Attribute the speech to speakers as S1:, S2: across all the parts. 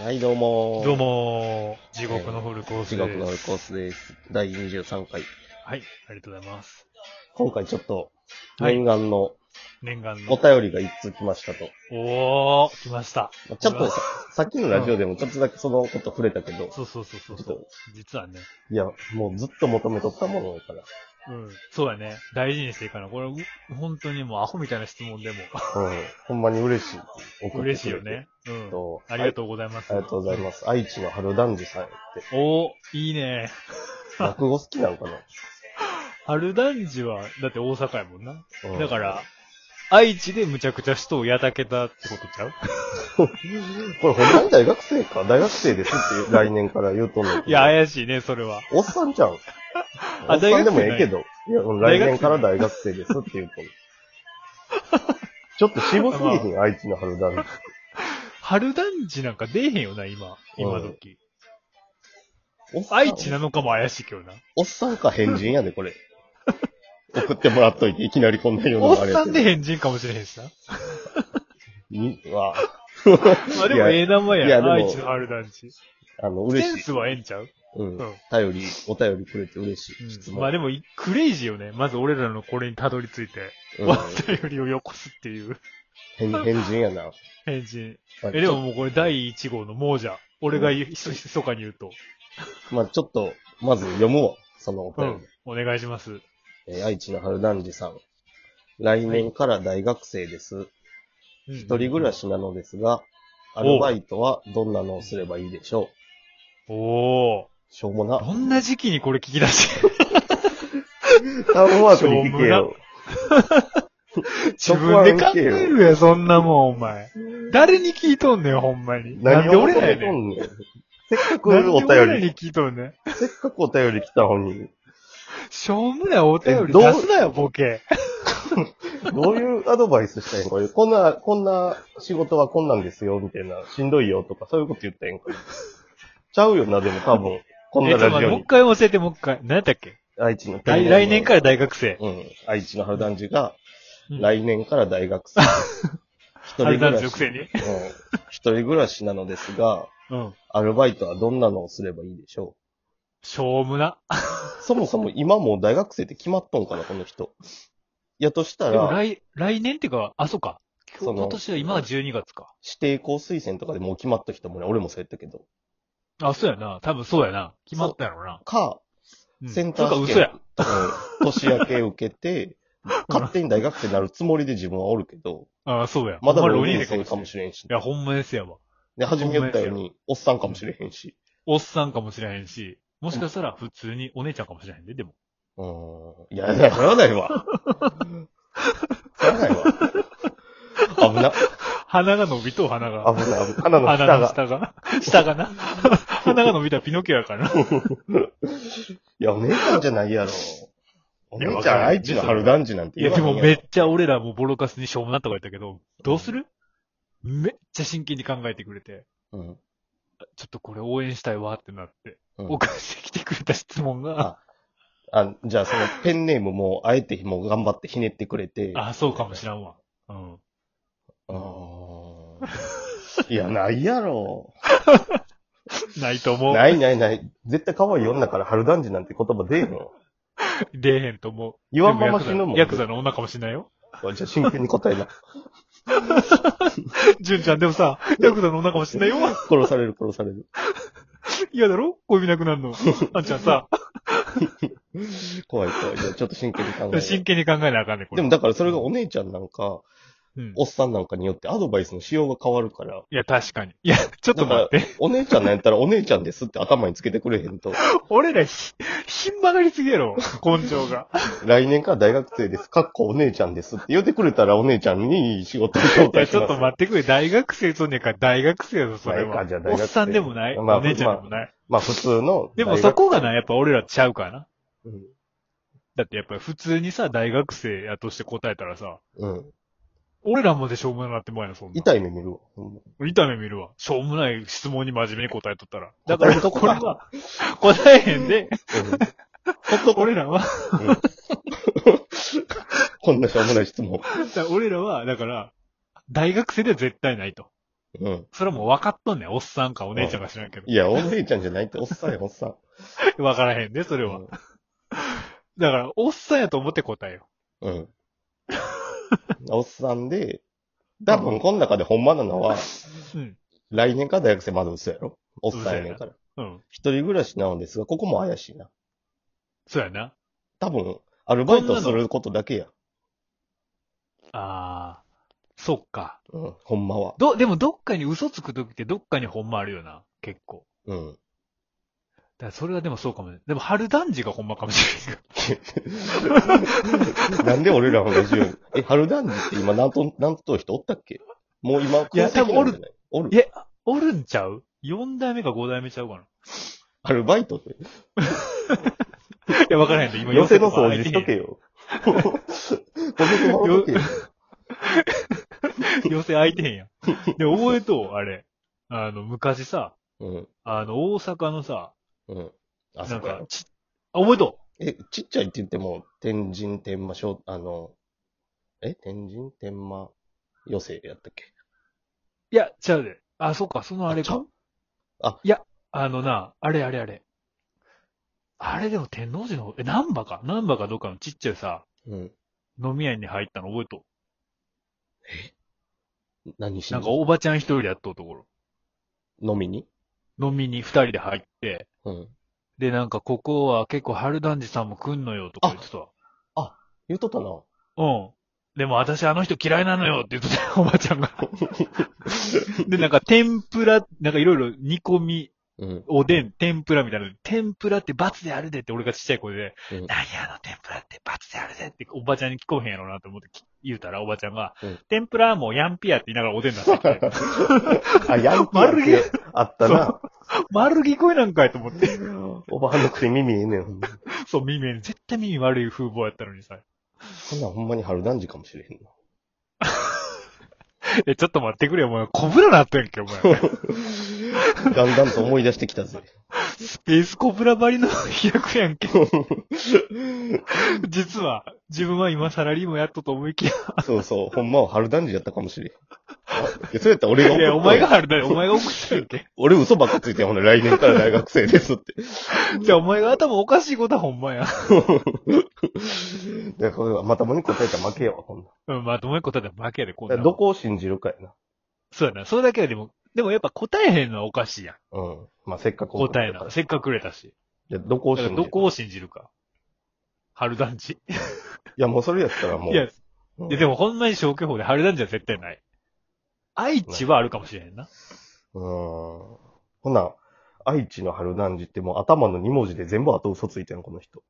S1: はい、どうもー
S2: どうもー、地獄のフルコース
S1: 地
S2: で
S1: 獄
S2: す。
S1: のコースです。第23回。
S2: はい、ありがとうございます。
S1: 今回ちょっと、
S2: はい
S1: 念願の
S2: 念願
S1: お
S2: の。
S1: 便りが一通来ましたと。
S2: おー、来ました。
S1: まあちょっとさ、さっきのラジオでもちょっとだけそのこと触れたけど、
S2: そうそうそうそう
S1: ち
S2: そ
S1: ょっ
S2: う。実はね、
S1: いや、もうずっと求めとったものだから。
S2: うん、そうだね。大事にしていかな。これ、う本当にもうアホみたいな質 問でも、
S1: うん。ほんまに嬉しい。送ってくれて
S2: 嬉しいよね。。
S1: え
S2: う
S1: っ
S2: ん。
S1: と
S2: ありがとうございます。
S1: ありがとうございます。愛知の春男児さんやって。
S2: おー、いいね。
S1: 落語好きなのかな
S2: 春団児は、だって大阪やもんな。
S1: うん
S2: だから、愛知でむちゃくちゃ人をやたけたってことちゃう
S1: これほんまに大学生か大学生ですって来年から言うとんのに
S2: いや、怪しいね、それは。
S1: おっさんちゃん。お
S2: あ
S1: っさんでもええけど。いや、来
S2: 大学生
S1: 年から大学生ですって言うと。ちょっと渋すぎひん、愛知の春だね。
S2: 春団児なんか出えへんよな、今。今時。
S1: おっさん
S2: 愛知なのかも怪しいけどな。
S1: おっさんか変人やで、これ。送ってもらっといて、いきなりこんなような
S2: お
S1: のあ
S2: っ
S1: れ
S2: さ
S1: や
S2: ん
S1: け
S2: で
S1: ど。
S2: 変人かもしれへんしな。
S1: にわ
S2: まあで
S1: い
S2: も
S1: や
S2: ええ名前
S1: いや
S2: や
S1: でも
S2: な。愛知の春団地。
S1: あの、
S2: セン
S1: 嬉しい。
S2: スはええんちゃう、
S1: うん
S2: うん。
S1: 頼り、お便りくれて嬉しい。質
S2: うん、
S1: 問。
S2: まあでもい、クレイジーよね。まず俺らのこれにたどり着いて、
S1: うん
S2: わっよりをよこすっていう
S1: 変変人やな。
S2: 変人。
S1: まあ
S2: え、でももうこれ第1号の亡者。俺が言うひそひそかに言うと。
S1: まあちょっと、まず読むわ、そのお
S2: う
S1: 便
S2: ん。お願いします。
S1: り。えー愛知の春男児さん。来年から大学生です。
S2: 一
S1: 一人暮ら。しなのですが、アルバイトはどんなのをすればいいでしょう
S2: お
S1: しょうも
S2: ー。
S1: な。
S2: どんな時期にこれ聞き出し
S1: タウンワ
S2: ークに聞けよ。自分で考えるや、そんなもん、お前。誰に聞いとんねん、ほんまに。なんで俺らやねん。
S1: ん。せっかく
S2: なんで
S1: お
S2: 俺ら
S1: 便り、
S2: に聞いとんねん。
S1: せっかくお便り来たのに、
S2: しょうもないお便
S1: え
S2: り
S1: どう
S2: 出すなよ、ボケ。
S1: どういうアドバイスしたいんかこんな、こんな仕事はこんなんですよ、みたいな、しんどいよとか、そういうこと言ったらええんかちゃうよな、でも多分、こん
S2: え
S1: な
S2: ちょっ
S1: ラ
S2: と待
S1: ジ
S2: って
S1: オ
S2: もう一
S1: に、
S2: 回教えて、もう一回。何やったっけ
S1: 愛知の
S2: 来来年から大学生。
S1: うん、愛知の春団児が、
S2: うん
S1: 来年から大学生。一
S2: 春団
S1: 暮
S2: 地
S1: ら
S2: の
S1: し
S2: くせに。
S1: うん一人暮らしなのですが、
S2: うん。
S1: アルバイトはどんなのをすればいいでしょ
S2: しょうもな。
S1: うそもそも今もう大学生って決まっとんかな、この人。いやとした
S2: でも
S1: ら、
S2: 来、来年っていうか、あ、そうか。
S1: そ
S2: 今
S1: の
S2: 今年は、今は12月か。
S1: 指定校推薦とかでもう決まった人もね、俺もそうやったけど。
S2: あ、そうやな。多分そうやな。決まったやろな。
S1: か、
S2: うん
S1: センター
S2: そうか、
S1: 試
S2: 嘘
S1: 験
S2: や。
S1: うん、年明け受け て、勝手に大学生になるつもりで自分はおるけど、
S2: あ、そうや。
S1: まだ
S2: ほん
S1: 浪
S2: 浪人
S1: 人
S2: 生
S1: 生
S2: か
S1: か
S2: も
S1: も
S2: し
S1: しれんし
S2: れん。い。や、ほんまですやわ。
S1: で、初め言ったように、おっさんかもしれへんし。
S2: おっさんかもしれへんし、もしかしたら普通にお姉ちゃんかもしれへんで、でも。
S1: うん。いや、やらないわ。やらない わ。危な、
S2: 鼻が伸びとう鼻が。
S1: 危ない、危ない。鼻の下
S2: 鼻の
S1: が。
S2: 下が。下が な。鼻が伸びたらピノキオやから
S1: い
S2: な。
S1: や、お姉ちゃんじゃない やろ。お姉
S2: わ
S1: ちゃ
S2: か
S1: ん、
S2: る
S1: 愛知の春団児なんて
S2: いや、で
S1: わへ
S2: も
S1: ん
S2: め
S1: ん
S2: っちゃ俺らもボロカスにしょうもなとか言ったけど、どうするめっちゃ真剣に考えてくれて、
S1: うん。
S2: ちょっとこれ応援したいわってなって、
S1: うん
S2: お返してきてくれた質問が、
S1: あ、じゃあそのペンネームも、あえてもう頑張ってひねってくれて。
S2: あ、そうかもしらんわ。うん。
S1: うーんいや、ないやろ。
S2: ないと思う。
S1: ないないない。絶対可愛い女から春団児なんて言葉出えへんわ。
S2: 出えへんと思う。
S1: 言わんまま死ぬもん。
S2: ヤクザの女かもしんないよ。
S1: じゃあ真剣に答え な。
S2: 純ちゃんでもさ、ヤクザの女かもしんないよ。
S1: 殺される殺される。
S2: 嫌だろ恋人なくなる の。あんちゃんさ、
S1: 怖い怖い。じゃあちょっと真剣に考え
S2: 真
S1: る。
S2: 剣に考えなあかんねん、これ。
S1: でもだからそれがお姉ちゃんなんか、
S2: うん、
S1: おっさんなんかによってアドバイスの仕様が変わるから。
S2: いや、確かに。いや、ちょっと待って。
S1: お姉ちゃんなんやったらお姉ちゃんですって頭につけてくれへんと。
S2: 俺らひ、ひん曲がりすぎ やろ、根性が。
S1: 来年から大学生です。かっこお姉ちゃんですって言ってくれたらお姉ちゃんにいい仕事を紹
S2: いや、
S1: 介します。
S2: ちょっと待ってくれ。大学生とねんから大学生やぞ、それ
S1: まあ
S2: はい
S1: いかじゃあ。大
S2: おっ
S1: 学生
S2: さんでもない。
S1: まあ
S2: お姉ちゃんでもない。
S1: まあ普通の大学。
S2: でもそこがな、やっぱ俺らちゃうからな。
S1: うん。
S2: だってやっぱり普通にさ、大学生やとして答えたらさ、
S1: うん。
S2: 俺らまでしょうもなってもんやな、そんな。
S1: 痛い目見るわ。ほんま
S2: 痛め見るわ。しょうもない質問に真面目に答えとったら。だから、
S1: 答えとこ
S2: これ
S1: か
S2: は、答えへんで、
S1: うん
S2: 俺らは、
S1: こんなしょうもない質問。
S2: だから俺らは、だから、大学生では絶対ないと。
S1: うん。
S2: それはもう分かっとんねん。おっさんかお姉ちゃんか知らんけど。
S1: いや、お姉ちゃんじゃないって、おっさんや、おっさん。
S2: 分からへんで、それは。だから、おっさんやと思って答えよ
S1: うん。うんおっさんで、多分この中でほんまなのは、
S2: う。うん。
S1: 来年から大学生まだ嘘やろおっさんやねんから。
S2: うん。
S1: 一人暮らしなのですが、ここも怪しいな。
S2: そうやな。
S1: 多分、アルバイトすることだけや。
S2: ああ。そっか。
S1: うん、ほんまは。
S2: ど、でもどっかに嘘つくときってどっかにほんまあるよな。結構。
S1: うん。
S2: だからそれはでもそうかもね。でも春男児がほんまかもしれない。
S1: なんで俺らの同じように。 え、春男児って今何と、何と人おったっけもう今、
S2: いや多分お
S1: 空席なん
S2: る
S1: じゃない。おる
S2: い。や おるんちゃう ?4 代目か5代目ちゃうかな。
S1: アルバイトって。
S2: いや、分からへんで、今
S1: 寄せ
S2: と
S1: の
S2: か
S1: 掃
S2: 空い
S1: 除
S2: て
S1: しとけ
S2: へん
S1: よ。この子もおっとけよ
S2: 寄せ空いてへんやん。で、覚えとう、あれ。あの、昔さ、
S1: うん。
S2: あの、大阪のさ、
S1: うん。あ
S2: な
S1: そ
S2: ん
S1: こや
S2: か、ち、あ、覚えと
S1: え、ちっちゃいって言っても、天神天満小、あの、え、天神天満寄せやったっけ
S2: ういや、ちゃうで。あ、そっか、そのあれ
S1: ちゃ
S2: か
S1: う。あ
S2: いや、あのな、あれあれあれ。あれでも天王寺の、え、難波か難波かどっかのちっちゃいさ、
S1: うん。
S2: 飲み屋に入ったの覚えとう。
S1: 何し
S2: なん
S1: に
S2: かおばちゃん一人でやっとうところ。
S1: 飲みに
S2: 飲みに二人で入って、
S1: うん。
S2: で、なんかここは結構春男児さんも来んのよとか言ってたわ。
S1: 言うとったな。
S2: うん。でも私あの人嫌いなのよって言ってたよ、おばち ゃんが。で、なんか天ぷら、なんかいろいろ煮込み、
S1: うん。
S2: おでん、天ぷらみたいな。天ぷらって罰であるでって俺がちっちゃい声で、
S1: うん
S2: 何やあの天ぷらって罰であるでっておばちゃんに聞こえへんやろなと思ってき言うたらおばちゃんが、
S1: うん
S2: 天ぷらはもうヤンピアって言いながらお でん出してき て、
S1: あ、ヤンキーってあったな。
S2: 丸聞こえなんかいと思って。
S1: おばはんのくせ耳ええねん。
S2: そう、耳、絶対耳悪い風貌やったのにさ。
S1: こんなんほんまに春男児かもしれへんな。
S2: え、ちょっと待ってくれよ、お前。コブラなったやんけ、お 前。
S1: だんだんと思い出してきたぜ。
S2: スペースコブラばりの飛躍やん け。実は、自分は今サラリーマンやっとと思いきや、
S1: そうそう、ほんまは春男児やったかもしれん。あいや、そうやったら俺が
S2: いや、お前が、春だよ、お前が送ったやん け。
S1: 俺嘘ばっかついてんほんで来年から大学生ですって。
S2: じゃあ、お前が頭おかしいことはほんまや。
S1: だからこれはまともに答えたら負けやわ、こんなん。
S2: うん、まあ、どもいうことで負けやで、こん
S1: だ
S2: な
S1: から
S2: ん。
S1: どこを信じるかやな。
S2: そうやな、それだけはでも、でもやっぱ答えへんのはおかしいやん。
S1: うん。まあ、せっかく送って
S2: 答え
S1: た
S2: な
S1: か。ら
S2: せっかくくれたし。
S1: じゃあどこを
S2: だか
S1: 信
S2: ら
S1: じる
S2: どこを信じるか。春団地。
S1: いや、もうそれやったらもう。
S2: いや、
S1: うん
S2: ででもほんまに消去法で春団地は絶対ない。愛知はあるかもしれへんな。
S1: うーん。ほな、愛知の春男児ってもう頭の2文字で全部後嘘ついてんの、この人。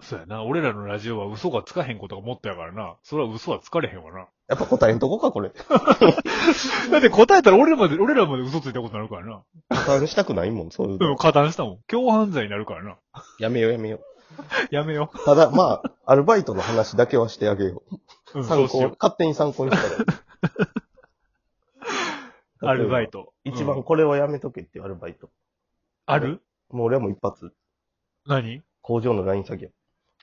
S2: そうやな。俺らのラジオは嘘がつかへんことがもっとやからな。それは嘘はつかれへんわな。
S1: やっぱ答えんとこか、これ。
S2: だって答えたら俺らまで、俺らまで嘘ついたことになるからな。
S1: 加担したくないもん、そういう
S2: でも
S1: の。
S2: 加担したもん。共犯罪になるからな。
S1: やめようやめよ
S2: やめよ
S1: う。ただ、まあ、アルバイトの話だけはしてあげよ
S2: う。う
S1: う。
S2: ん、そ
S1: 参
S2: うし
S1: 考、
S2: よ
S1: 勝手に参考にした
S2: う。
S1: ら。
S2: アルバ
S1: ト。
S2: イト。
S1: 一
S2: う
S1: 番
S2: ん
S1: これはやめとけっていうアルバイト。
S2: ある
S1: もう俺はもう一発、
S2: 何
S1: 工場のライン先や。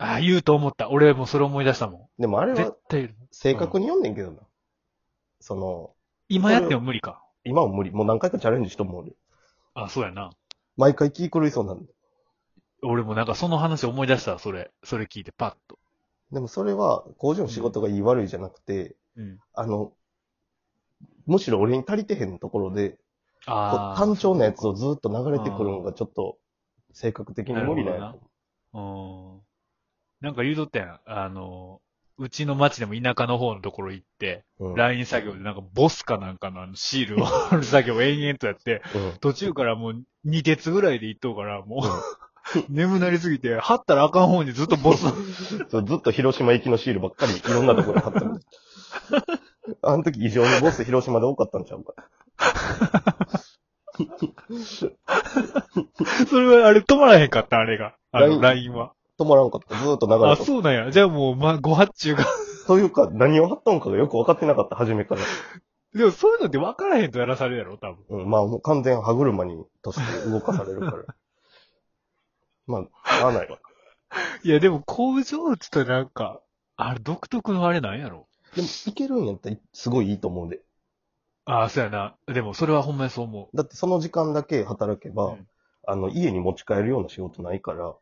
S2: ああ、言うと思った。俺もそれ思い出したも
S1: でもあれ
S2: ん。絶
S1: は
S2: 対言う。
S1: 正確に読んねんけどな。その、
S2: 今やっても無理か。
S1: 今は無理。もう何回かチャレンジしとんもん俺。
S2: あ、そうやな。
S1: 毎回気狂いそうなんだ。
S2: 俺もなんかその話思い出したわ、それ。それ聞いて、パッと。
S1: でもそれは、工場の仕事がいい悪いじゃなくて、
S2: うん。
S1: あの、むしろ俺に足りてへんところで、こ
S2: あ
S1: う
S2: あ。
S1: 単調なやつをずっと流れてくるのがちょっと、性格的に無理だ
S2: なる
S1: よ。
S2: うん。なんか言うとったやん。あの、うちの町でも田舎の方のところ行って、
S1: うん。うん。
S2: ライン作業でなんかボスかなんかのあのシールを貼る作業を延々とやって、途中からもう2鉄ぐらいで行っとうから、もう眠なりすぎて、貼ったらあかん方にずっ とボスの。
S1: そうずっと広島行きのシールばっかりい ろんなところに貼ったんで。あの時異常にボス広島で多かったんちゃうか。
S2: それはあれ止まらへんかった、あれが。あの、ラ
S1: ラ
S2: インは。
S1: 止まらんかった。ずっと流
S2: あ、
S1: れて
S2: そうなんや。じゃあもう、まあ、ご発注が。
S1: た。というか、何を貼ったのかがよく分かってなかった、初めから。
S2: でもそういうのって分からへんとやらされるやろ、多
S1: う
S2: 分。
S1: ん、まあ、もう完全歯車にとして動かされる から。まあ、合わないわ。
S2: いや、でも工場って言ったらなんか、あれ独特のあれなんやろ。
S1: でも、いけるんやったら、すごいいいと思うんで。
S2: ああ、そうやな。でも、それはほんまにそう思
S1: だってその時間だけ働けば、
S2: うん
S1: あの、家に持ち帰るような仕事ないから、
S2: う。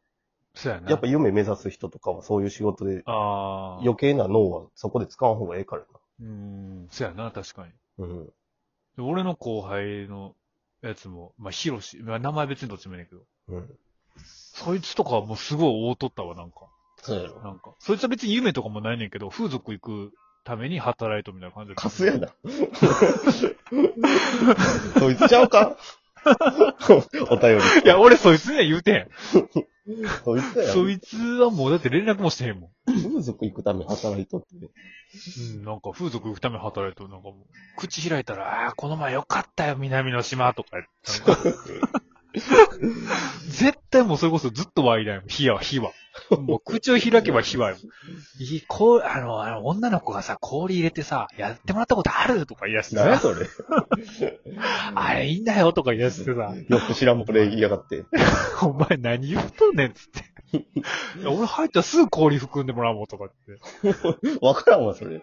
S2: そうやな。
S1: やっぱ夢目指す人とかはそういう仕事で
S2: ああ。
S1: 余計な脳はそこで使わん方がええから
S2: うーん、そうやな、確かに。
S1: な。うん。
S2: で俺の後輩のやつも、まあ、ヒロシ、まあ、名前別にどっちもいいねんけど、
S1: うん。
S2: そいつとかはもうすごい大とったわ、なんか。
S1: そうやろ。
S2: なんか。そいつは別に夢とかもないねんけど、風俗行くために働いとるみたいな感じ
S1: カスやな。そいつちゃうかお便り。
S2: いや、俺そいつには言うてん。
S1: そいつや
S2: そ
S1: ろ。
S2: いつはもうだって連絡もしてへんもん。
S1: 風俗行くために働いとって。
S2: うん、なんか風俗行くために働いとる。なんかもう、口開いたら、ああー、この前よかったよ、南の島とか言って。 絶対もうそれこそずっと湧いないもん。火は火は。もう口を開けば火は よ。いい、こう、あの、あの女の子がさ、氷入れてさ、やってもらったことあるとか言い出して
S1: なやそ
S2: さ、
S1: れ。
S2: あれいいんだよとか言い出してさ、
S1: よく知らんプレイやがって。
S2: お前何言うとんねんっつ って。いや俺入ったらすぐ氷含んでもらおうとか言って。
S1: わからんわ、それ。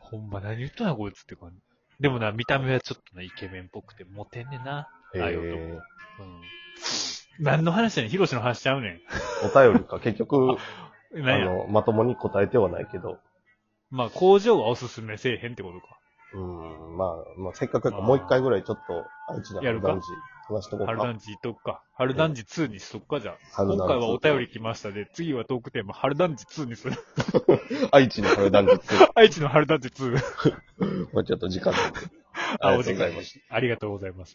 S2: ほんま何言っとんやこいつって感じ。でもな、見た目はちょっとな、イケメンっぽくて、モテんねんな。
S1: え
S2: ああいうと
S1: ー、
S2: うん。何の話やねん、ヒロシの話ちゃうね
S1: お便りか。結局、
S2: ん。
S1: あ
S2: 何や。
S1: の、まともに答えてはないけど。
S2: まあ、工場はおすすめせえへんってことか。
S1: うん、まあ、まあ、せっかくやから
S2: まあ
S1: もう一回ぐらいちょっと、愛知で
S2: やる
S1: 春
S2: か
S1: 団地話しとこう
S2: 春
S1: か。
S2: 団地いっとくか。春団地2にしとくか、じゃあ。
S1: 春団地
S2: 今回はお便り来ましたで、次はトークテーマ、春団地2にする。
S1: 愛知の春団地って、
S2: 愛知の春団地2。
S1: もうちょっと時間取って。あり
S2: あ、お
S1: が と
S2: 時
S1: うござ
S2: 間
S1: いま
S2: で
S1: し
S2: す。ありがとうございます。